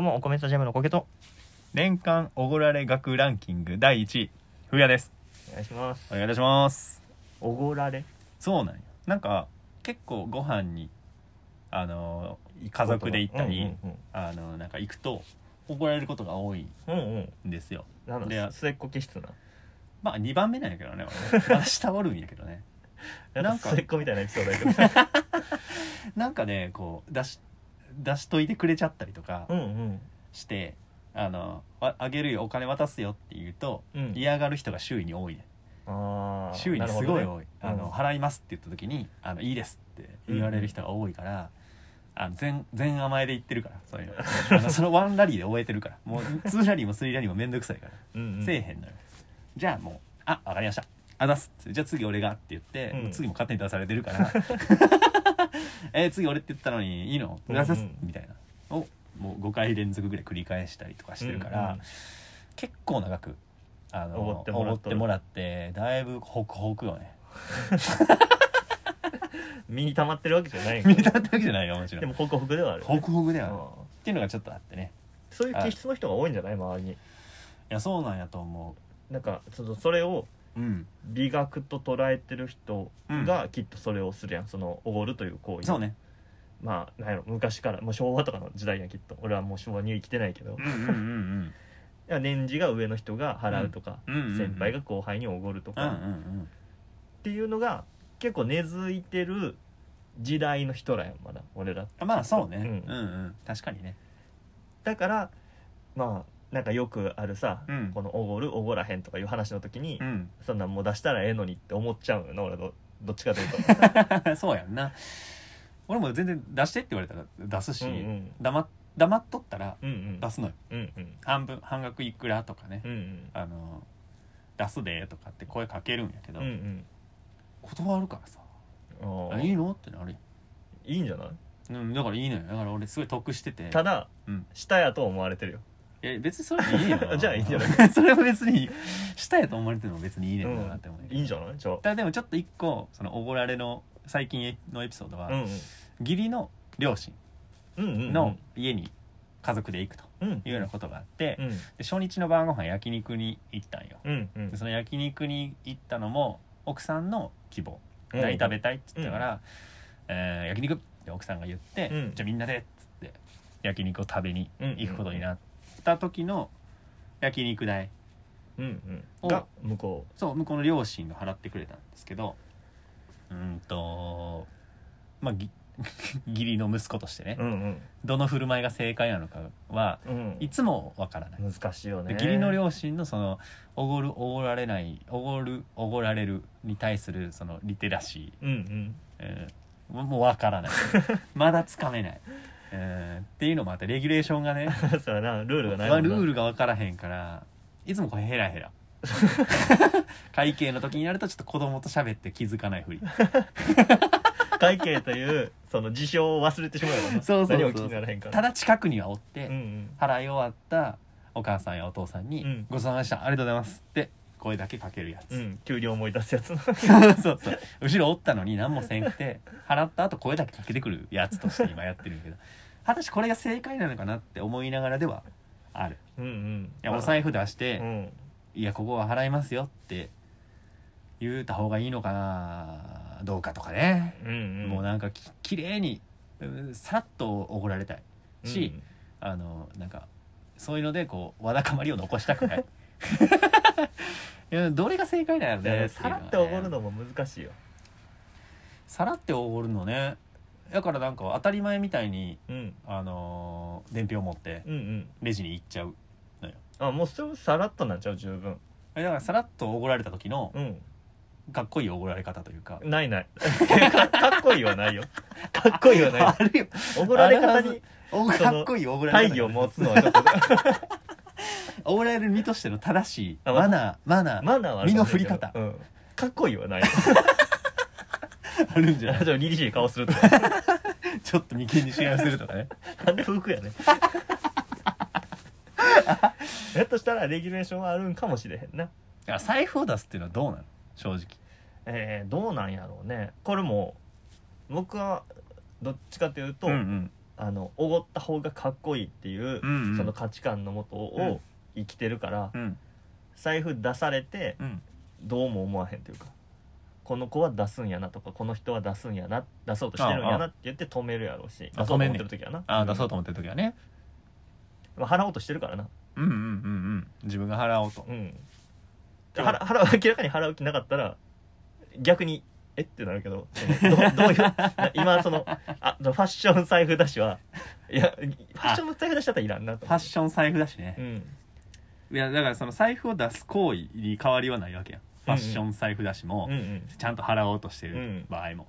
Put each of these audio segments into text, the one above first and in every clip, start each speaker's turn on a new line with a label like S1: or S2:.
S1: もお米スタジアムのコケと
S2: 年間おごられ額ランキング第1位ふうやです
S1: お願いします
S2: お願いいたします
S1: おごられ
S2: そうなんやなんか結構ご飯にあの家族で行ったり、
S1: うん
S2: あのなんか行くと怒られることが多い
S1: うんうん、うんうん、
S2: んですよ
S1: なん
S2: で
S1: だ末っ子気質な
S2: まあ2番目なんやけど ね俺ねまだ下おるんやけどね
S1: な
S2: なんん
S1: か
S2: か
S1: 末っ子みたいなエピソードだ けど
S2: なんかねこう出し出しといてくれちゃったりとか
S1: うんうん
S2: して、あのああげるよお金渡すよって言うと、
S1: うん
S2: 嫌がる人が周囲に多いね
S1: ああ
S2: 周囲にすごい多い、
S1: うん
S2: あの払いますって言った時に「あのいいです」って言われる人が多いから、あの全全甘えで言ってるからそうい うのあのそのワンラリーで終えてるからもう2ラリーも3ラリーも面倒くさいから、
S1: うんうん
S2: せえへんのよじゃあもう「あわかりました」あ出すってじゃあ次俺がって言って、
S1: うん
S2: もう次も勝手に出されてるから 「え次俺って言ったのにいいの出さす
S1: うんうん
S2: みたいなをもう5回連続ぐらい繰り返したりとかしてるから、
S1: うんうん
S2: 結構長くあの
S1: おごってもらっ
S2: お
S1: とる
S2: ごってもらってだいぶホクホクよね
S1: 身に溜まってるわけじゃないんか
S2: 見たってわけじゃないよもちろ
S1: でも
S2: ん
S1: ホクホクではある
S2: ホクホクだよ、ね、っ
S1: うん
S2: ていうのがちょっとあってね
S1: そういう気質の人が多いんじゃない周りに
S2: いやそうなんやと思
S1: なんかそのそれを
S2: ううん
S1: 美学と捉えてる人がきっとそれをするやん、そのおごるという行為
S2: そうね
S1: まあなんやろ昔からもう昭和とかの時代やんきっと俺はもう昭和には生きてないけど
S2: うんうんうん
S1: いや年次が上の人が払うとか、
S2: うんうんうんうん
S1: 先輩が後輩におごると
S2: うんうんう
S1: か、っ
S2: ん
S1: ていうのが結構根付いてる時代の人らやんまだ俺ら
S2: うんまあそうね、
S1: うん
S2: うんうん確かにね
S1: だからまあなんかよくあるさ、
S2: うん
S1: このおごるおごらへんとかいう話の時に、
S2: ん
S1: そんなんもう出したらええのにって思っちゃうのよな俺どどっちかとい うと
S2: そうやんな俺も全然出してって言われたら出すし、
S1: うんうん
S2: 黙っ黙っとったら
S1: うんうん
S2: 出すのよ
S1: うんうん
S2: 半分半額いくらとかね、
S1: うんうん
S2: あの出すでとかって声かけるんやけど、
S1: うんうん
S2: 断るからさ「
S1: あ
S2: あ
S1: あ
S2: いいの?」ってなる
S1: いいんじゃない
S2: やん、うん、だからいいのよだから俺すごい得してて
S1: ただ、
S2: うん
S1: 下やと思われてるよ
S2: え別にそれでいいよ
S1: じゃあいいんじゃない
S2: それは別にしたやと思われてるのも別にいいねんなって思う、
S1: いいんじゃないじゃあ
S2: ただでもちょっと一個そのおごられの最近のエピソードは、
S1: うん
S2: 義理の両親
S1: うんうんうん
S2: の家に家族で行くと
S1: うんうん
S2: いうようなことがあって、
S1: うん
S2: で初日の晩ご飯焼肉に行ったんよ、
S1: うんうん
S2: でその焼肉に行ったのも奥さんの希望何食べたいって言ったから「えー焼肉」って奥さんが言って「
S1: うん
S2: じゃあみんなで」っつって焼肉を食べに行くことになった時の焼肉代
S1: うんう
S2: お
S1: んが向こ
S2: そう向こうの両親が払ってくれたんですけどうーんとまあぎ 義理の息子としてね
S1: ううん
S2: どの振る舞いが正解なのかは
S1: うんうん
S2: いつもわからない。
S1: 難しいよね
S2: で義理の両親のそのおごるおごられないおごるおごられるに対するそのリテラシ
S1: うんうん
S2: ー、うん、もうもうわからないまだつかめない、うん、っていうのもあってレギュレーションがね
S1: そうやなルールがない
S2: まあルー
S1: ル
S2: ルがわからへんからいつもこうヘラ ヘラ会計の時になるとちょっと子供と喋って気づかないふり
S1: 会計というその事象を忘れてしまうよな
S2: そうそうそう
S1: 何も気にならへんから
S2: ただ近くにはおって、
S1: うんうん
S2: 払い終わったお母さんやお父さんに「
S1: うん
S2: ごちそうさまでしたありがとうございます」って声だけかけるやつ、
S1: うん給料思い出すやつ
S2: そうそう後ろおったのに何もせんくて払った後声だけかけてくるやつとして今やってるんやけど果たしてこれが正解なのかなって思いながらではある
S1: うんうん
S2: いやお財布出し
S1: う
S2: て
S1: ん
S2: 「いやここは払いますよ」って言うた方がいいのかなどうかとかね、
S1: うん
S2: もう
S1: な
S2: なんかき綺麗にうんさっとおごられたいし、あのなんかそういうのでこうわだかまりを残したくない いやどれが正解だよね
S1: さらっておごるのも難しいよ
S2: さらっておごるのねだからなんか当たり前みたいに
S1: うん
S2: あのー伝票持って
S1: うんうん
S2: レジに行っちゃう
S1: あもうそれもさらっとなっちゃう十分
S2: えだからさらっとおごられた時の
S1: うん
S2: かっこいいおごられ方というか
S1: ない ないかかっこいいはないよかっこいいはない
S2: あるよ
S1: おごられ方
S2: あるは
S1: に
S2: ずお
S1: その
S2: かっこいいおごら
S1: 大
S2: れ方
S1: 義を持つのはちょ っと
S2: おごられる身としての正しい
S1: あ
S2: マナーマナー
S1: マナーはある
S2: 身
S1: か
S2: の
S1: もし
S2: 振
S1: れ
S2: り
S1: んけど
S2: 方
S1: うんかっこいいはない
S2: あるんじゃ
S1: ちょ
S2: な
S1: っ
S2: い
S1: と凛々しい顔すると
S2: ちょっと眉間にしわ寄せるとかね
S1: なんで服や ねんひょっとしたらレギュレーションはあるんかもしれへんな
S2: だから財布を出すっていうのはどうなの正直
S1: えー、どうなんやろうねこれも僕はどっちかというと、
S2: うん
S1: あのおごった方がかっこいいっていう、
S2: うんうん
S1: その価値観のもと
S2: うん
S1: を生きてるから、
S2: うん
S1: 財布出されて
S2: うん
S1: どうも思わへんというかこの子は出すんやなとかこの人は出すんやな出そうとしてるんやなって言って止めるやろうし
S2: あ
S1: 出そうと
S2: 止めん
S1: 思っ
S2: ね
S1: てる時はな
S2: ああ出そうと思ってる時はね
S1: まあ払おうとしてるからな
S2: うんうんうんうん自分が払おうと
S1: うん
S2: で
S1: 払
S2: も
S1: 払う 明らかに払う気なかったら逆にえってなるけどそ のどどういう今そのあファッション財布出しはいやファッションの財布出しだったらいらんなと
S2: フ
S1: 思
S2: ァ
S1: っ
S2: ッ
S1: て
S2: ション財布だしね
S1: うん
S2: いやだからその財布を出す行為に変わりはないわけやんファッション財布だしも、
S1: うんうん
S2: ちゃんと払おうとして
S1: う
S2: る
S1: ん
S2: 場合も、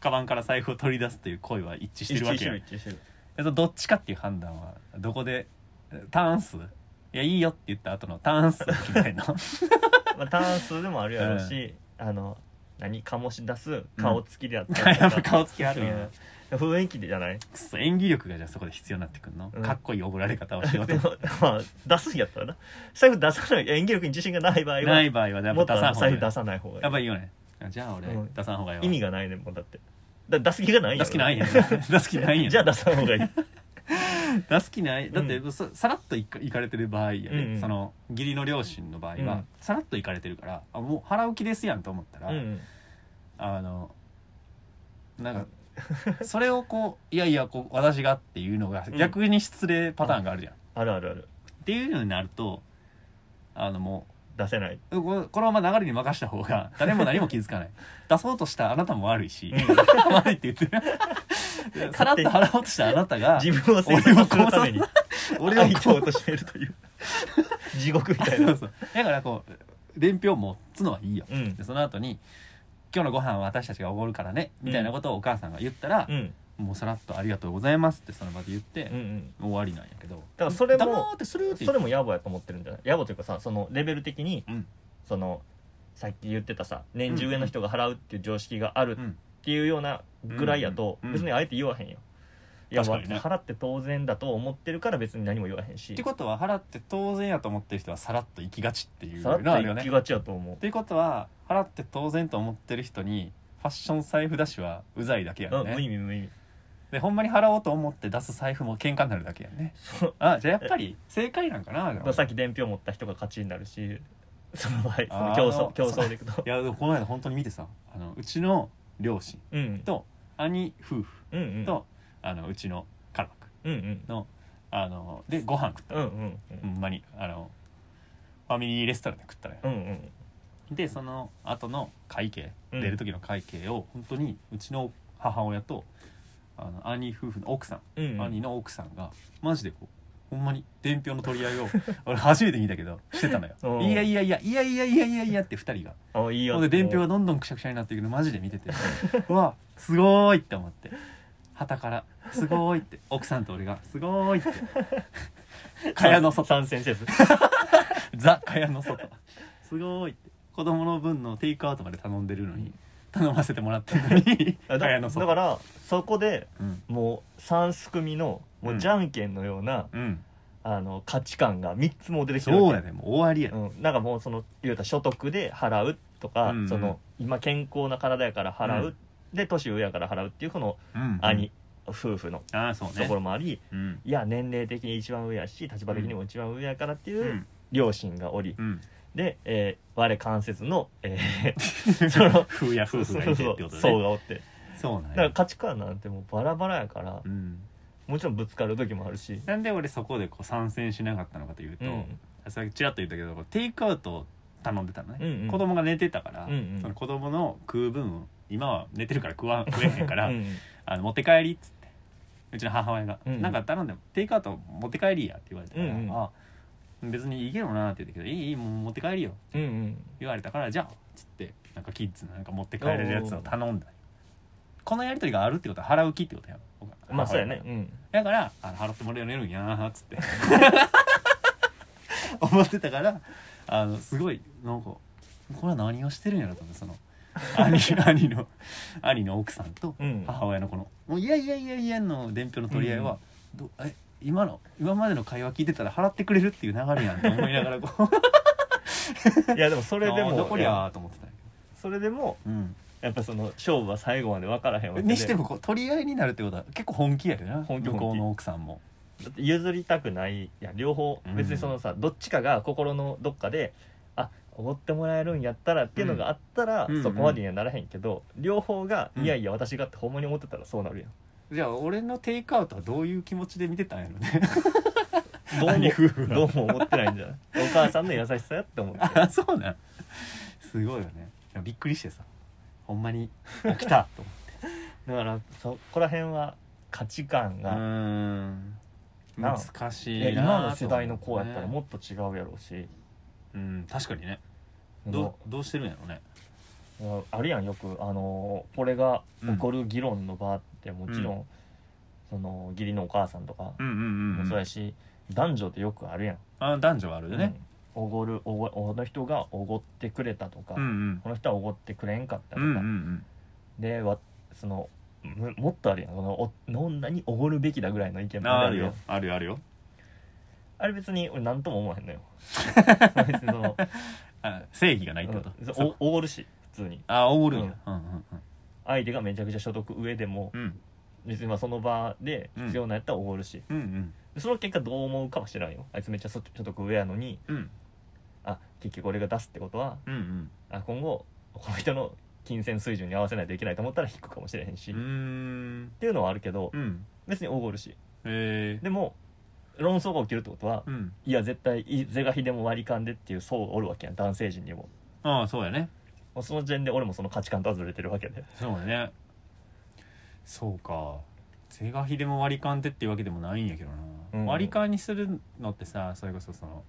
S2: カバンから財布を取り出すという行為は一致してるわけやん
S1: 一致してる
S2: でそのどっちかっていう判断はどこでえターン数いやいいよって言った後のターン数みた いな
S1: まあ、ターン数でもあるやろうし、あの何醸し出す顔つきであったり
S2: や
S1: と
S2: っぱ
S1: か、
S2: 顔つきあるんやな
S1: う
S2: く
S1: ん雰囲気でじゃない
S2: そ演技力がじゃあそこで必要になってくるの、
S1: うん
S2: かっこいいおごられ方をしようと
S1: でも、まあ、出すんやったらな財布出さない演技力に自信がない場合は
S2: ない場合はやっ
S1: もっ
S2: ぱ
S1: と
S2: 出
S1: あの
S2: さん方がい
S1: 財
S2: い
S1: 布出さない方が
S2: やっ
S1: い
S2: ぱいいよねじゃあ俺、
S1: うん
S2: 出さん方がいいわ
S1: い意味がないねんもうだってだ出す気がないんやろ
S2: 出す気ないんやん 出す気ないんや ん
S1: じゃあ出さん方がいい
S2: 出す気ないだって、
S1: う
S2: ささらっといか行かれてる場合やで、
S1: うんうん
S2: その義理の両親の場合は、
S1: うん
S2: さらっと行かれてるからあもう払う気ですやんと思ったら、
S1: うん
S2: あのなんかそれをこういやいやこう私がっていうのが
S1: うん
S2: 逆に失礼パターンがあるじゃん、っ
S1: あるあるある
S2: ていうのになるとあのも
S1: 出せないう
S2: ここのまま流れに任した方が誰も何も気づか ない出そうとしたあなたも悪いし、悪いって言ってるさらっと払おうとしたあなた が
S1: 自分を成功するために
S2: 俺を
S1: 相手
S2: こ
S1: を
S2: う
S1: 貶めるという 地獄みたい
S2: そう
S1: な
S2: そうだからこう伝票持つのはいいよ、
S1: うん
S2: でその後に「今日のご飯は私たちがおごるからね」みたいなことをお母さんが言ったら
S1: う、ん
S2: もうさらっと「ありがとうございます」ってその場で言って、
S1: うんうん
S2: 終わりなんやけど
S1: か
S2: だ
S1: らそれも
S2: 黙ってするって
S1: それも野暮やと思ってるんじゃない野暮というかさそのレベル的に、
S2: うん
S1: そのさっき言ってたさ年中上の人が払うっていう常識があるっていうようなぐらいやと、
S2: うんうん
S1: 別にあえて言わへんよ、いや、
S2: 確かにね
S1: 払って当然だと思ってるから別に何も言わへんし
S2: ってことは払って当然やと思ってる人はさらっと行きがちっていう
S1: さら
S2: のはあ
S1: っ
S2: る
S1: と
S2: よ
S1: 行
S2: ね
S1: きがちやと思う
S2: っていうことは払って当然と思ってる人にファッション財布出しはうざいだけや
S1: うんん無意
S2: ね
S1: 味無意味
S2: でほんまに払おうと思って出す財布も喧嘩になるだけやんね
S1: そう
S2: あじゃあやっぱり正解なんかな
S1: だからさっき伝票持った人が勝ちになるしその場合その
S2: あー
S1: 競
S2: あの
S1: 争競争でいくと
S2: いやでもこの間本当に見てさあのうちの両親
S1: うん
S2: と兄夫婦
S1: うんうん
S2: と、あのうちの家族
S1: うんうん
S2: のあのでご飯食った
S1: うんうん
S2: ほんまにあのファミリーレストランで食ったのよ
S1: うんうん
S2: でその後の会計
S1: うん
S2: 出る時の会計を本当にうちの母親とあの兄夫婦の奥さ、
S1: うんうんん
S2: 兄の奥さんがマジでこうほんまに伝票の取り合いを俺初めて見たけどしてたのよ
S1: おう
S2: いやいやいやいやいやいやいやいやって2人が
S1: あいいよ
S2: ほんで伝票がどんどんくしゃくしゃになっていくのマジで見ててうわすごーいって思って旗からすごーいって奥さんと俺がすごーいって蚊帳の外
S1: 参戦せず
S2: ザ蚊帳の外すごーいって子供の分のテイクアウトまで頼んでるのに頼ませてもらったの に
S1: だ
S2: 蚊帳の
S1: だ
S2: 外
S1: からそこで
S2: うん、
S1: もう三すくみのもううんじゃんけんのような、
S2: うん、
S1: あの価値観が3つも出てきてる
S2: そう
S1: わ
S2: や
S1: け
S2: ねもう終わりやね、
S1: うん、なんかもうその言うたら所得で払うとか、
S2: うんうん
S1: その今健康な体やから払う、
S2: うん
S1: で年上やから払うっていうこの
S2: うんうん
S1: 兄、夫婦の
S2: ああそう
S1: と
S2: ね
S1: ころもあり、
S2: うん
S1: いや年齢的に一番上やし立場的にも一番上やからっていううん両親がおり、
S2: うん
S1: で、えー我関節の、えー その
S2: 風や夫婦がいてってこと
S1: そ
S2: ね
S1: うそうがおって
S2: そうな
S1: だ
S2: んや
S1: から価値観なんてもうバラバラやから、
S2: うん
S1: もちろんぶつかる時もあるし、
S2: なんで俺そこでこう参戦しなかったのかというと、
S1: うん
S2: さっきちらっと言ったけどテイクアウトを頼んでたのね、
S1: うんうん
S2: 子供が寝てたから、
S1: うんうん
S2: その子供の食う分を今は寝てるから食わん食えへんから、
S1: うん
S2: あの持って帰りっつってうちの母親が「
S1: うんうん
S2: なんか頼んでテイクアウト持って帰りや」って言われたから「
S1: うんうん
S2: あ別にいいけどな」って言ったけど「いいいいもう持って帰りよ」
S1: うんうん
S2: 言われたから「じゃあ」っつってなんかキッズのなんか持って帰れるやつを頼んだこのやり取りがあるってことは払う気ってことやん僕は
S1: まあそうやね
S2: 母親が
S1: うん
S2: だからあの払ってもらえるんやー っつって思ってたからあのすごいなんかこれは何をしてるんやろと思ってその兄兄の兄の奥さんと
S1: うん
S2: 母親のこの「もういやいやいやいや」の伝票の取り合いは、どえ今の今までの会話聞いてたら払ってくれるっていう流れやんって思いながら こう
S1: いやでもそれで
S2: あー
S1: も
S2: どこりゃーと思ってたんや
S1: それでも
S2: けど、うん、
S1: やっぱその勝負は最後まで分からへんわけで
S2: にしてもこう取り合いになるってことは結構本気やでな
S1: 本気
S2: 向こ
S1: 本
S2: う
S1: 気
S2: の奥さんも
S1: だって譲りたくないやん両方
S2: うん
S1: 別にそのさ、どっちかが心のどっかであおごってもらえるんやったらっていうのがあったら、
S2: うん
S1: そこまでにはならへんけど、両方が、
S2: うん
S1: いやいや私がってほんまに思ってたらそうなるやん
S2: じゃあ俺のテイクアウトはどういう気持ちで見てたんやろね
S1: どう
S2: 兄
S1: も
S2: 夫婦は
S1: どうも思ってないんじゃないお母さんの優しさやって思って
S2: あそうなんすごいよねいやびっくりしてさほんまに起きたと思って
S1: だからそこら辺は価値観が、
S2: ん
S1: な
S2: 難し
S1: い
S2: い
S1: や
S2: な
S1: 今の世代の子やったら
S2: も
S1: もっと違うやろうし、
S2: うん確かにね
S1: そ
S2: ど
S1: の
S2: うどうしてるんやろうね
S1: もうあるやんよく、あのーこれが起こる議論の場ってもちろん、
S2: う
S1: その義理のお母さんとか
S2: うんうん
S1: もそうやし、男女ってよくあるやん。
S2: あ男女はあるよね、
S1: うんおごるおごこの人がおごってくれたとか、
S2: ん
S1: この人はおごってくれんかったとか、
S2: ん
S1: でわそのむもっとあるやんそのお女におごるべきだぐらいの意見も
S2: あ
S1: あ
S2: る
S1: る
S2: よ
S1: よ
S2: あるよあるよ
S1: あれ別に俺何とも思わへん のよ別にその
S2: あ正義がないってこと、
S1: うん
S2: そう
S1: おおごるし普通に
S2: あおごるんや、うん、うん
S1: 相手がめちゃくちゃ所得上でも
S2: うんうん
S1: 別にまあその場で必要なんやったらおごるし、
S2: うんうん
S1: その結果どう思うかは知らんよあいつめっちゃ所所得上やのに
S2: うん
S1: あ結局俺が出すってことは
S2: うん
S1: あ今後この人の金銭水準に合わせないといけないと思ったら引くかもしれへんし、
S2: う
S1: っ
S2: ん
S1: ていうのはあるけど
S2: うん
S1: 別におごるし
S2: へえ
S1: でも論争が起きるってことは、
S2: うん
S1: いや絶対い是が非でも割り勘でっていう層がおるわけやん男性陣にも
S2: ああそうやね
S1: もうその時点で俺もその価値観とはずれてるわけで
S2: そうやねそうか是が非でも割り勘でっていうわけでもないんやけどな、
S1: うん
S2: 割り勘にするのってさそれこそその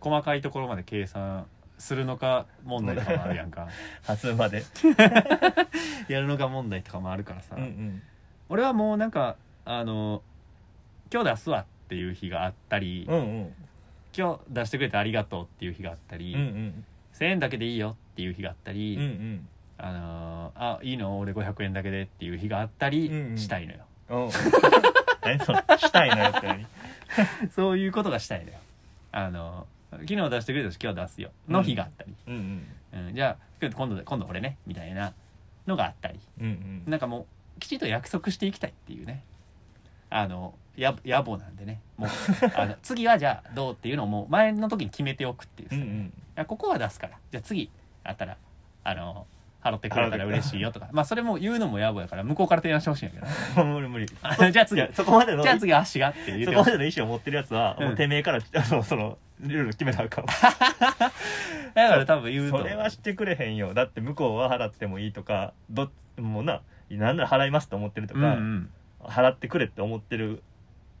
S2: 細かいところまで計算するのか問題とかもあるやんか
S1: 端数まで
S2: やるのか問題とかもあるからさ、
S1: うんうん
S2: 俺はもうなんかあの今日出すわっていう日があったり、
S1: うんうん
S2: 今日出してくれてありがとうっていう日があったり、
S1: うんうん
S2: 1,000円だけでいいよっていう日があったり、
S1: うんうん
S2: あのーあいいの俺500円だけでっていう日があったり
S1: うんうん
S2: したいのよ、
S1: うん何そのしたいのよって何
S2: そういうことがしたいのよあのー昨日出してくれたし今日出すよの日があったり、
S1: うんうん
S2: うんじゃあ今度今度俺ねみたいなのがあったり
S1: うんうん
S2: なんかもうきちんと約束していきたいっていうねあのや野暮なんでね もうあの次はじゃあどうっていうのをもう前の時に決めておくっていう
S1: う
S2: さ、
S1: んうん
S2: あここは出すからじゃあ次あったらあの払ってくれたら嬉しいよとかまあそれも言うのも野暮やから向こうから提案してほしいんやけど
S1: 無理無理
S2: あ のじゃあ
S1: い
S2: 次
S1: やそこまでの
S2: じゃあ次足がって言っ
S1: そ
S2: て
S1: こま
S2: ほしい
S1: での意思を持ってるやつは、
S2: うん
S1: もうてめえからあのそのルール決めなあかんわ
S2: だから多分言うと
S1: それはしてくれへんよだって向こうは払ってもいいとかどもうな何なら払いますと思ってると
S2: うんう
S1: か、
S2: ん
S1: 払ってくれって思ってる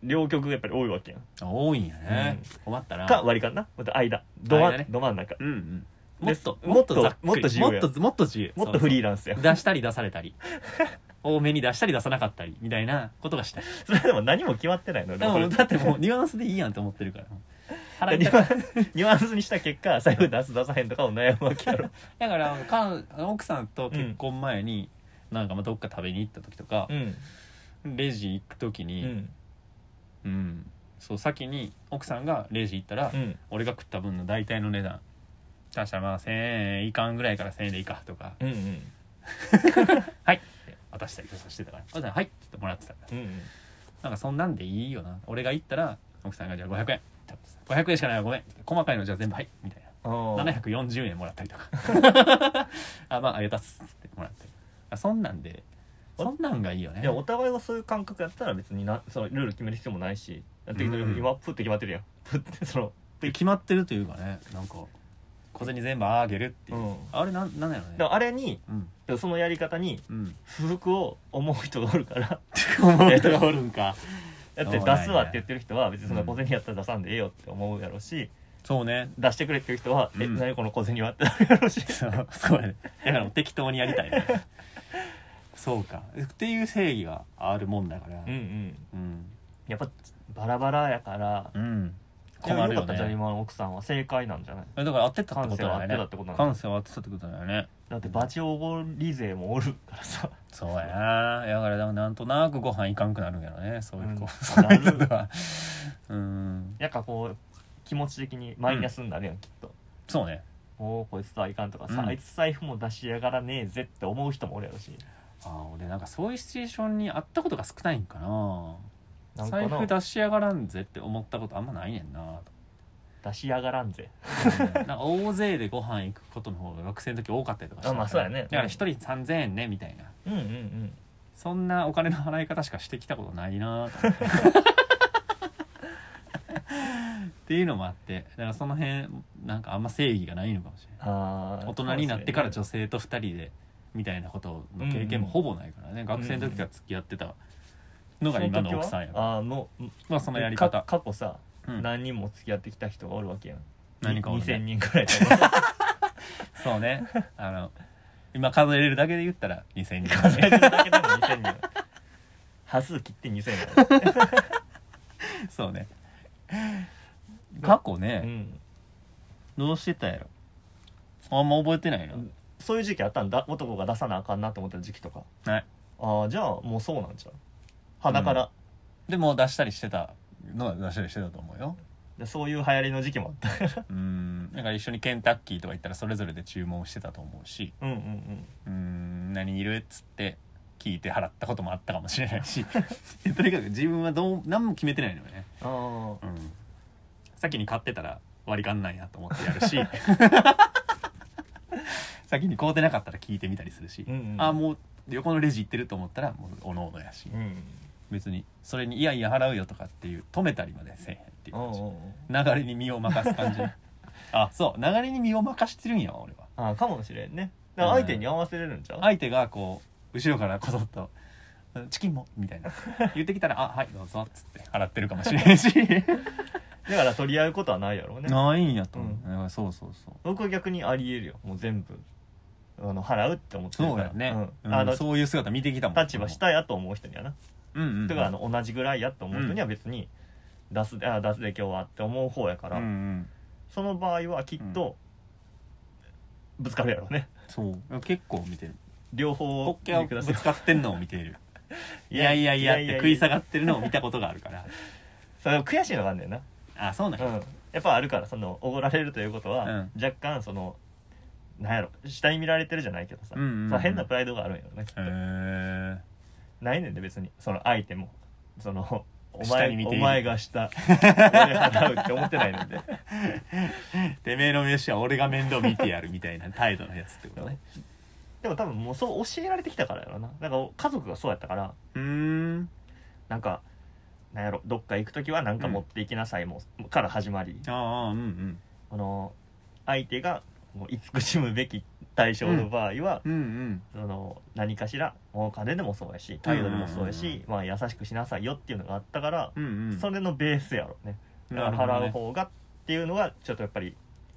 S1: 両極がやっぱり多いわけやん
S2: 多いんやね、困ったな
S1: か割り勘なまた間ど真
S2: 間ね
S1: ど真ん中
S2: うんうんもっと
S1: で
S2: もっとざっくり
S1: もっと自由や
S2: もっともっと自由
S1: もっとフリー
S2: だ
S1: ランスやん
S2: 出したり出されたり多めに出したり出さなかったりみたいなことがしたい
S1: それでも何も決まってないの
S2: で
S1: でもそ
S2: も
S1: れ
S2: だってもうニュアンスでいいやんって思ってるから払い
S1: ニ
S2: た
S1: ュ
S2: か
S1: アンニュアンスにした結果財布出す出さへんとかを悩むわけやろ
S2: だからかん奥さんと結婚前に、なんかまあどっか食べに行った時とか
S1: う、ん
S2: レジ行く時
S1: う
S2: に、
S1: ん
S2: うんそう先に奥さんがレジ行ったら、
S1: うん
S2: 俺が食った分の大体の値段確かまあ1,000円いかんぐらいから1,000円でいいかとか
S1: うんうん
S2: 渡したりとかしてたから奥さんはい」って言ってもらってたから
S1: うんうん
S2: なんかそんなんでいいよな俺が行ったら奥さんが「じゃあ500円」500円しかないわごめん細かいのじゃあ全部はい」みたいな
S1: あー
S2: 740円もらったりとか あまあありがとうっすってもらったりあそんなんでそんなんがいいよね
S1: いやお互いがそういう感覚やったら別になそのルール決める必要もないしだって
S2: うん
S1: 今プって決まってるやんプってその
S2: 決まってるというかねなんか小銭全部あげるっていう、
S1: うん
S2: あれなんなんやろね
S1: だからあれに
S2: うん
S1: そのやり方に
S2: うん
S1: 不服を思う人がおるから
S2: 思う人がおるんか
S1: だって出すわって言ってる人は別にそんな小銭やったら出さんでええよって思うやろうし、
S2: そうね
S1: 出してくれっていう人は「
S2: うん
S1: え何この小銭は?」ってなるやろうし
S2: そうそうやねだからもう適当にやりたい ねそうかっていう正義があるもんだから
S1: うんうん
S2: うん、
S1: やっぱバラバラやから
S2: うん、困る
S1: よか
S2: よ
S1: ったじゃん
S2: ね
S1: 今の奥さんは正解なんじゃない
S2: えだから当てたって
S1: 感
S2: こと
S1: 性は合
S2: だ
S1: って
S2: よ
S1: たっ
S2: ね
S1: てことなんだ
S2: 感性は当てたってことだよね
S1: だってバチおごり勢もおるからさ
S2: そうやなだからなんとなくご飯いかんくなるんやろねそういう子、
S1: うん
S2: そういう人がうん
S1: なんかこう気持ち的にマイナスになるやん、きっと
S2: そうね
S1: もうこいつとはいかんとかさ、
S2: うん
S1: あいつ財布も出しやがらねえぜって思う人もおるやろし
S2: あー俺なんかそういうシチュエーションにあったことが少ないんかな
S1: なんか
S2: 財布
S1: な
S2: 出しやがらんぜって思ったことあんまないね んな
S1: 出しやがらんぜ
S2: うんなんか大勢でご飯行くことの方が学生の時多かったりとかしてたか
S1: あ
S2: ら
S1: まあそうやね
S2: だから一人3000円ねみたいな
S1: うんうんうん
S2: そんなお金の払い方しかしてきたことないなと思ってっていうのもあってだからその辺なんかあんま正義がないのかもしれない
S1: あー
S2: 大人になってから
S1: そう
S2: 女性と2人でみたいなことの経験もほぼないからね、学生の時から付き合ってた
S1: で
S2: の
S1: す
S2: が
S1: ね
S2: 今の奥さんやから
S1: あーの
S2: まあそのやり方
S1: か、過去さ、
S2: うん
S1: 何人も付き合ってきた人がおるわけやん
S2: 何かをね
S1: 2000人くらいと か
S2: そうねあの今数えれるだけで言ったら2000人
S1: 数えてるだけでも2000人端数切って2000人やろ
S2: そうね過去ね、
S1: うん
S2: どうしてたやろあんま覚えてないな、
S1: うんそういう時期あったんだ男が出さなあかんなと思った時期とか
S2: はい
S1: ああじゃあもうそうなんちゃう肌から、
S2: でも出したりしてたのは出したりしてたと思うよ
S1: でそういう流行りの時期もあった
S2: うんだから一緒にケンタッキーとか行ったらそれぞれで注文してたと思うし
S1: うんうんうん
S2: うん何いるっつって聞いて払ったこともあったかもしれないし とにかく自分はどう何も決めてないのよね、
S1: あ
S2: うん、先に買ってたら割り勘なんやと思ってやる し先に買うてなかったら聞いてみたりするし、
S1: あうんうん
S2: あもう横のレジ行ってると思ったらもうおのおのやし、
S1: うん
S2: 別にそれに「いやいや払うよ」とかっていう止めたりまでせえへんっていう
S1: おう
S2: 感じ
S1: おうおう
S2: 流れに身を任す 感じあそう流れに身を任してるんやわ俺は
S1: ああかもしれんねだから相手に合わせれるんちゃう、
S2: 相手がこう後ろからこそっと「チキンも」みたいな言ってきたら「あはいどうぞ」っつって払ってるかもしれ んし
S1: だから取り合うことはないやろうね
S2: ないんやと
S1: うん
S2: 思う、そうそうそう
S1: 僕は逆にありえるよもう全部あの払うって思ってる
S2: そ
S1: から
S2: うやね、
S1: う
S2: うんん
S1: あの
S2: そういう姿見てきたもん
S1: 立場下やと思う人にはな、
S2: うんうん
S1: だからあの同じぐらいやと思う人には別に出すであ出すで今日はって思う方やから、
S2: うんうん
S1: その場合はきっとぶつかるやろうね
S2: そう結構見てる
S1: 両方
S2: ポッケを
S1: 見てく
S2: ぶ
S1: だ
S2: つ
S1: さ
S2: かってんのを見ている
S1: い
S2: いやいやいやって食い下
S1: が
S2: がってるのを見たことがあるから
S1: それ悔しいのがあんねんな、
S2: あそうなん
S1: う
S2: や、
S1: ん、やっぱあるからそのおごられるということは、
S2: うん
S1: 若干そのなんやろ下に見られてるじゃないけどさ、
S2: うんうんうん
S1: その変なプライドがあるんやろねきっと
S2: へえ
S1: ないねんで別にその相手もそのお
S2: 下
S1: 前
S2: に見てい
S1: お
S2: る
S1: 前が 下俺払うって思ってないねんで
S2: てめえの飯は俺が面倒見てやるみたいな態度のやつってことね
S1: でも多分もうそう教えられてきたからやろななんか家族がそうやったから
S2: うーん
S1: なんかなんやろどっか行く時はなんか持っていきなさいも、から始まり
S2: ああうんうん
S1: この相手がもう慈しむべき対象の場合は、
S2: うんうん
S1: その何かしらお金でもそうやし態度でもそうや
S2: うんうん
S1: し、まあ、優しくしなさいよっていうのがあったから、
S2: うんうん
S1: それのベースやろね
S2: なるほど
S1: 払う
S2: ね
S1: 方がっていうのがちょっとやっぱり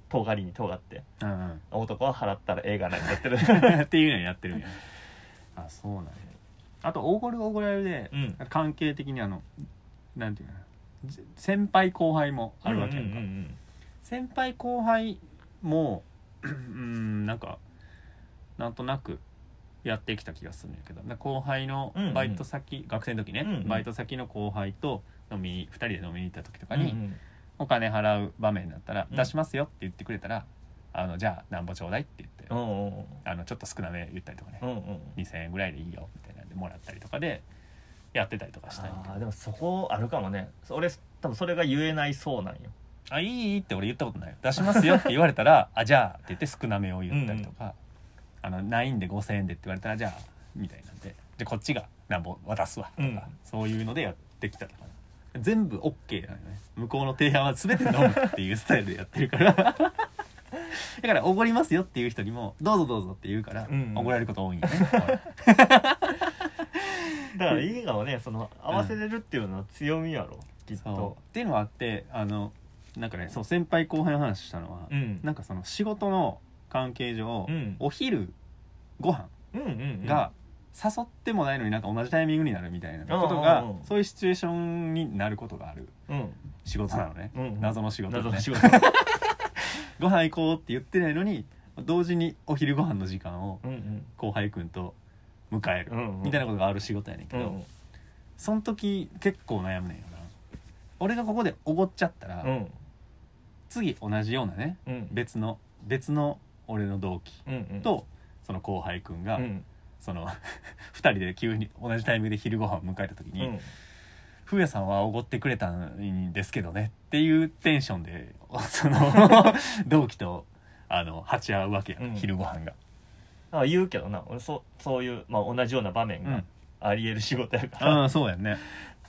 S1: 尖りに尖って
S2: うん
S1: 男は払ったら映画なんやって る
S2: うんっていうのにやってるんやあそうなんやあとおごるおごられるで
S1: うん
S2: 関係的にあのなんていうかなじ先輩後輩もあるわけやんか、
S1: うんうん
S2: 先輩後輩もうーんなんかなんとなくやってきた気がするんだけどな後輩の
S1: うんうん
S2: バイト先、学生の時ね、
S1: うんうん
S2: バイト先の後輩と飲みに2人で飲みに行った時とか
S1: うん
S2: に、お金払う場面だったら、
S1: うん
S2: 出しますよって言ってくれたら「あのじゃあなんぼちょうだい」って言って、
S1: うんうん
S2: あのちょっと少なめ言ったりとかね、
S1: うんうん
S2: 2,000円ぐらいでいいよみたいなんでもらったりとかでやってたりとかしたんやけ
S1: あ
S2: ど
S1: ーでもそこあるかもね俺多分それが言えないそうなんよ
S2: あいいって俺言ったことないよ出しますよって言われ たら「あじゃあ」って言って少なめを言ったりとか「あのないんで5,000円で」って言われたら「じゃあ」みたいなんで「でこっちがなんぼ渡すわ」とか、
S1: うん
S2: そういうのでやってきたとか全部 OK なのよね向こうの提案は全て飲むっていうスタイルでやってるから だからおごりますよっていう人にも「どうぞどうぞ」って言うから
S1: うんうん
S2: おごられるこ と多いんよね
S1: だから映画はねその合わせれるっていうのは強みやろきっ
S2: そ
S1: と
S2: うっていうのはあってあのなんかねそう先輩後輩の話したのは、
S1: うん
S2: なんかその仕事の関係上、
S1: うん
S2: お昼ご飯
S1: うんうんうん
S2: が誘ってもないのになんか同じタイミングになるみたいなことが、
S1: うんうんうん
S2: そういうシチュエーションになることがある
S1: うん
S2: 仕事なのね、
S1: うんうん
S2: 謎の仕事、ね、
S1: 謎の仕事
S2: ご飯行こうって言ってないのに同時にお昼ご飯の時間を
S1: うんうん
S2: 後輩くんと迎える、
S1: うんうん
S2: みたいなことがある仕事やねんけど、
S1: うん
S2: その時結構悩むねんよな俺がここでおごっちゃったら、
S1: うん
S2: 次同じようなね
S1: うん
S2: 別の別の俺の同期
S1: うんうん
S2: とその後輩くんが、
S1: うん
S2: その 二人で急に同じタイミングで昼ご飯を迎えた時
S1: う
S2: に
S1: ん
S2: 「風、う、さんはおごってくれたんですけどね」っていうテンションで その同期とあの鉢合うわけや、
S1: うん
S2: 昼ご飯が。
S1: あ言うけどな俺そそういう、まあ、同じような場面
S2: うん
S1: がありえる仕事やから、
S2: ああそうやんね。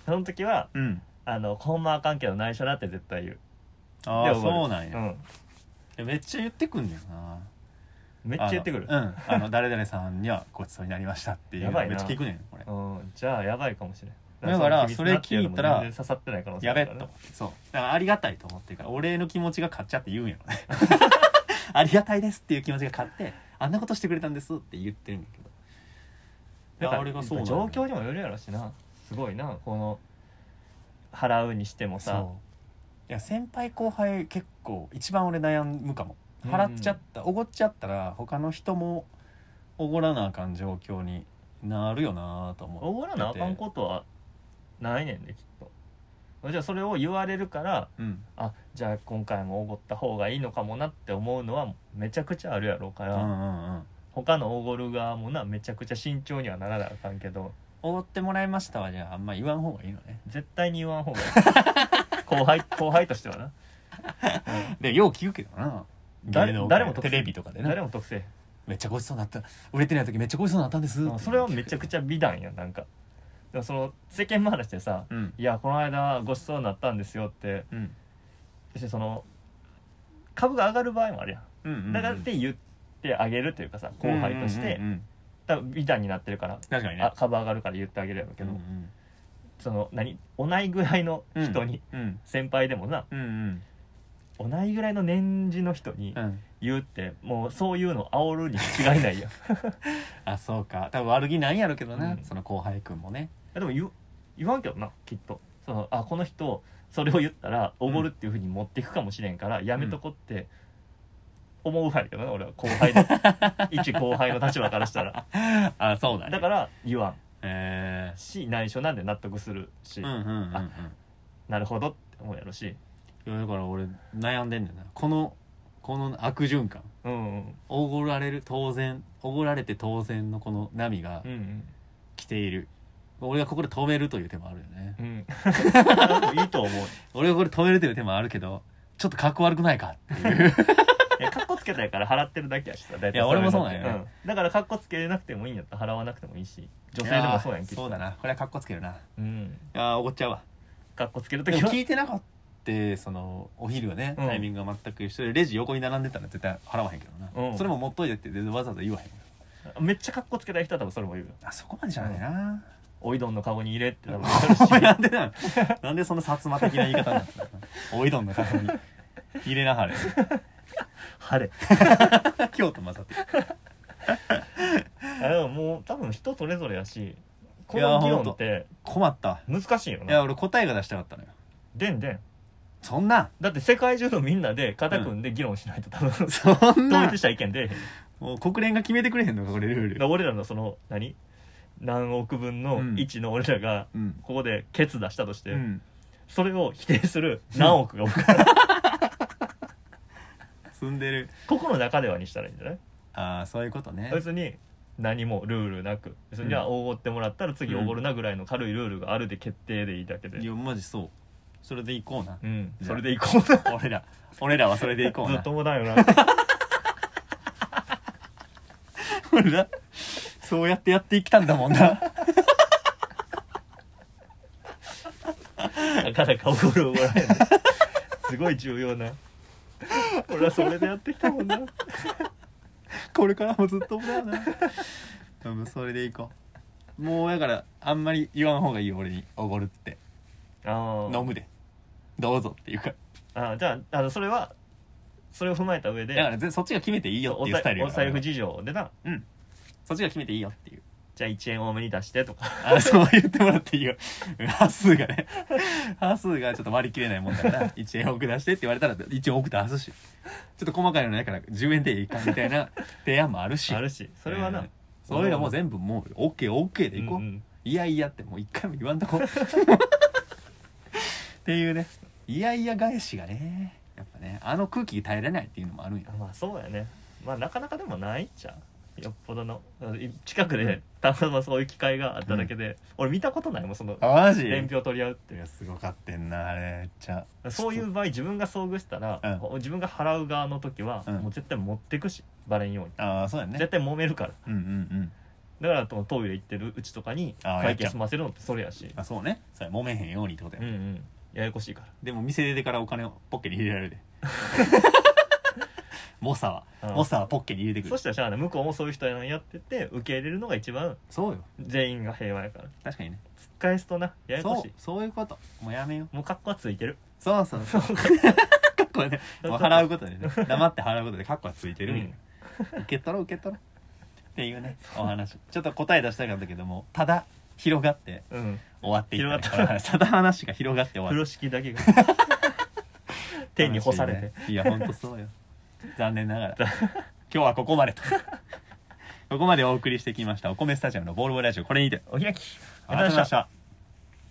S1: その時は
S2: うん。
S1: あのほんまあかんけど内緒だって絶対言う
S2: ああ
S1: で終わる
S2: そうなんや
S1: う、ん
S2: でめっちゃ言ってくんだよな。
S1: めっちゃ言ってくる
S2: あのうん。あの誰々さんにはごちそうになりましたっていうの
S1: やばい
S2: め
S1: な
S2: っちゃ聞くねんこれ。
S1: うんじゃあやばいかもしれん
S2: だから
S1: の秘密なってうのも
S2: それ聞いたら
S1: 全然刺さってない可能性
S2: や
S1: あ
S2: べ
S1: る
S2: っ
S1: から
S2: と
S1: ね
S2: 思ってそうだからありがたいと思ってるからお礼の気持ちが勝っちゃって言うん やろねありがたいですっていう気持ちが勝ってあんなことしてくれたんですって言ってるんだけど
S1: だから
S2: なんだ
S1: 状
S2: よ
S1: 況にもよるやろしなすごいなこの払うにしても
S2: そ
S1: さ
S2: ういや先輩後輩結構一番俺悩むかも
S1: うん
S2: 払っちゃったおごっちゃったら他の人もおごらなあかん状況になるよなあと思って
S1: おごらなあかんことはないねんできっとじゃあそれを言われるから
S2: うん
S1: あじゃあ今回もおごった方がいいのかもなって思うのはめちゃくちゃあるやろうか
S2: うんう
S1: ら、
S2: んうん
S1: 他のおごる側もなめちゃくちゃ慎重にはならなあかんけど
S2: おごってもらいましたはじゃああんま言わん方がいいのね
S1: 絶対に言わん方が いい後輩後輩としてはな
S2: でよう聞くけどな
S1: 誰
S2: 芸能界
S1: 誰も得
S2: テレビとかでね
S1: 誰も得せ
S2: めっちゃごちそうになった売れてない時めっちゃごちそうになったんです
S1: えへんそれはめちゃくちゃ美談やなんかでもその世間話でさ
S2: うん
S1: 「いやこの間ごちそうになったんですよ」って
S2: うん
S1: 別にその株が上がる場合もあるやん
S2: うんうん
S1: だからって言ってあげるというかさ後輩として
S2: うんうんうん
S1: 多分美談になってるから
S2: 確かにね
S1: あ株上がるから言ってあげるやろうけど、
S2: うんうん
S1: その何同いぐらいの人に、
S2: うん
S1: 先輩でもな
S2: うんうん
S1: 同いぐらいの年次の人に
S2: うん
S1: 言うって、もうそういうの煽るに違いないやんい
S2: あそうか多分悪気ないんやろうけどな
S1: うん
S2: その後輩くんもね
S1: やでも言う言わんけどなきっとそのあこの人それを言ったらおごるっていうふうに持っていくかもしれんから、やめとこって思う派やけどな俺は後輩 の一後輩の立場からしたら
S2: あそうだね
S1: だから言わん
S2: え
S1: し内緒なんで納得するし、
S2: ーうんうんうんうん
S1: なるほどって思うやろし
S2: いやだから俺悩んでんだよなこのこの悪循環
S1: うんうん
S2: おごられる当然おごられて当然のこの波が
S1: うんうん
S2: 来ている俺がここで止めるという手もあるよね
S1: うん いいと思う
S2: 俺がこれ止めるという手もあるけどちょっと格好悪くないかっていう
S1: いやカッコつけたいから払ってるだけやしさ大
S2: いや俺もそうなんやね
S1: んだからカッコつけなくてもいいんやったら払わなくてもいいし女性でもそうやんきっと
S2: そうだなこれは格好つけるな
S1: うん
S2: あ怒っちゃうわ
S1: カッコつける
S2: で
S1: 時
S2: も
S1: は
S2: 聞いてなかったそのお昼はね、
S1: うん
S2: タイミングが全く一緒でレジ横に並んでたら絶対払わへんけどな、
S1: うん
S2: それも持っといてって全然わざわざ言わへん
S1: めっちゃカッコつけたい人は多分それも言うよ
S2: あそこまでじゃないな、
S1: おいどんの顔に入れって多 分
S2: お前
S1: 言
S2: なんでなの なんでそんな薩摩的な言い方になったのおいどんの 方に入れなはれ
S1: 晴れ
S2: 京都混ざってる
S1: あでももう多分人それぞれやしこ
S2: いや
S1: の議
S2: ほん
S1: 論
S2: と
S1: って
S2: 困った
S1: 難しいよ
S2: いや
S1: な
S2: 俺答えが出したかったのよ
S1: でんでん
S2: そんな
S1: だって世界中のみんなで肩組んで議論しないと多分、
S2: そん
S1: 統
S2: な
S1: 一した意見で
S2: もう国連が決めてくれへんのかこれルール
S1: 俺らのその何何億分の
S2: うん
S1: 1の俺らが
S2: うん、
S1: ここでケツ出したとして、
S2: うん、
S1: それを否定する何億が僕は
S2: 住んでる
S1: ここの中ではにしたらいいんじゃない
S2: ああそういうことね
S1: 別に何もルールなく別にじゃあおごってもらったら次おごるなぐらいの軽いルールがあるで決定でいいだけで
S2: いやマジそうそれで行こうな
S1: うんそれでいこうな
S2: 俺ら俺らはそれで行こう
S1: ず
S2: な
S1: っともだよな
S2: 俺らそうやってやってきたんだもんな
S1: なかなかおごるおごらへんのすごい重要な俺はそれでやってきたもんな
S2: これからもずっと俺らな多分それで行こうもうだからあんまり言わん方がいいよ俺におごるって
S1: あー
S2: 飲むでどうぞっていうか
S1: あーじゃああのそれはそれを踏まえた上
S2: だか
S1: で
S2: らぜそっちが決めていいよっ
S1: お
S2: ていうスタイ
S1: 財
S2: ル
S1: お
S2: やから
S1: 財布事情でな
S2: うんそっちが決めていいよっていう
S1: じゃあ1円多めに出してとか
S2: あそう言ってもらっていいよハ数がねハ数がちょっと割り切れないもんだから1円多く出してって言われたら1円多く出すしちょっと細かいのないから10円でいいかみたいな提案もあるし
S1: あるしそれはな
S2: えーそれがもう全部もう OKOK でいこう、
S1: んん
S2: いやいやってもう一回も言わんとこっていうねいやいや返しがねややっぱねあの空気耐えれないっていうのもあるんや
S1: まあそうやねまあなかなかでもないじゃんよっぽどのい近くでたまたまそういう機会があっただけで、俺見たことないもんその
S2: マジ
S1: 伝
S2: い
S1: 票取り合うって
S2: やすごかってんなあれめっちゃ
S1: そういう場合自分が遭遇したら、自分が払う側の時は、
S2: うん
S1: もう絶対持ってくしバレんように、
S2: ああそうやね
S1: 絶対揉めるから
S2: うんうんうん
S1: だからとトイレ行ってるうちとかに
S2: あー
S1: 会計済ませるのってそれやし
S2: あそうねそれ揉めへんようにってことや、
S1: うんうんややこしいか
S2: でも店出てからお金をポッケに入れ られるでモサは
S1: ら、
S2: モサはポッケに入れてく
S1: そ
S2: る
S1: したらしゃあない向こうもそういう人やのにやってて受け入れるのが一番
S2: そうよ
S1: 全員が平和やから
S2: 確かにね
S1: 突っ返すとなややこ
S2: そ
S1: し
S2: う
S1: い
S2: そういうこともうやめよ
S1: もうカッコはついてる
S2: うそうそう そうカッコはねもう払うことでね黙って払うことでカッコはついてるんよ、受け取ろう受け取ろうっていうねお話ちょっと答え出したかったけどもただ広がって
S1: うん、うん、
S2: 終わっていった、ね、
S1: 広がっ
S2: ただ話が広がって終わ
S1: 風
S2: る
S1: 呂敷だ けが天に干されて、
S2: 楽しいねいやほんとそう よ残念ながら今日はここまで とここまでお送りしてきましたお米スタジアムのボールボールラジオこれにて
S1: お開き
S2: ありがとうございました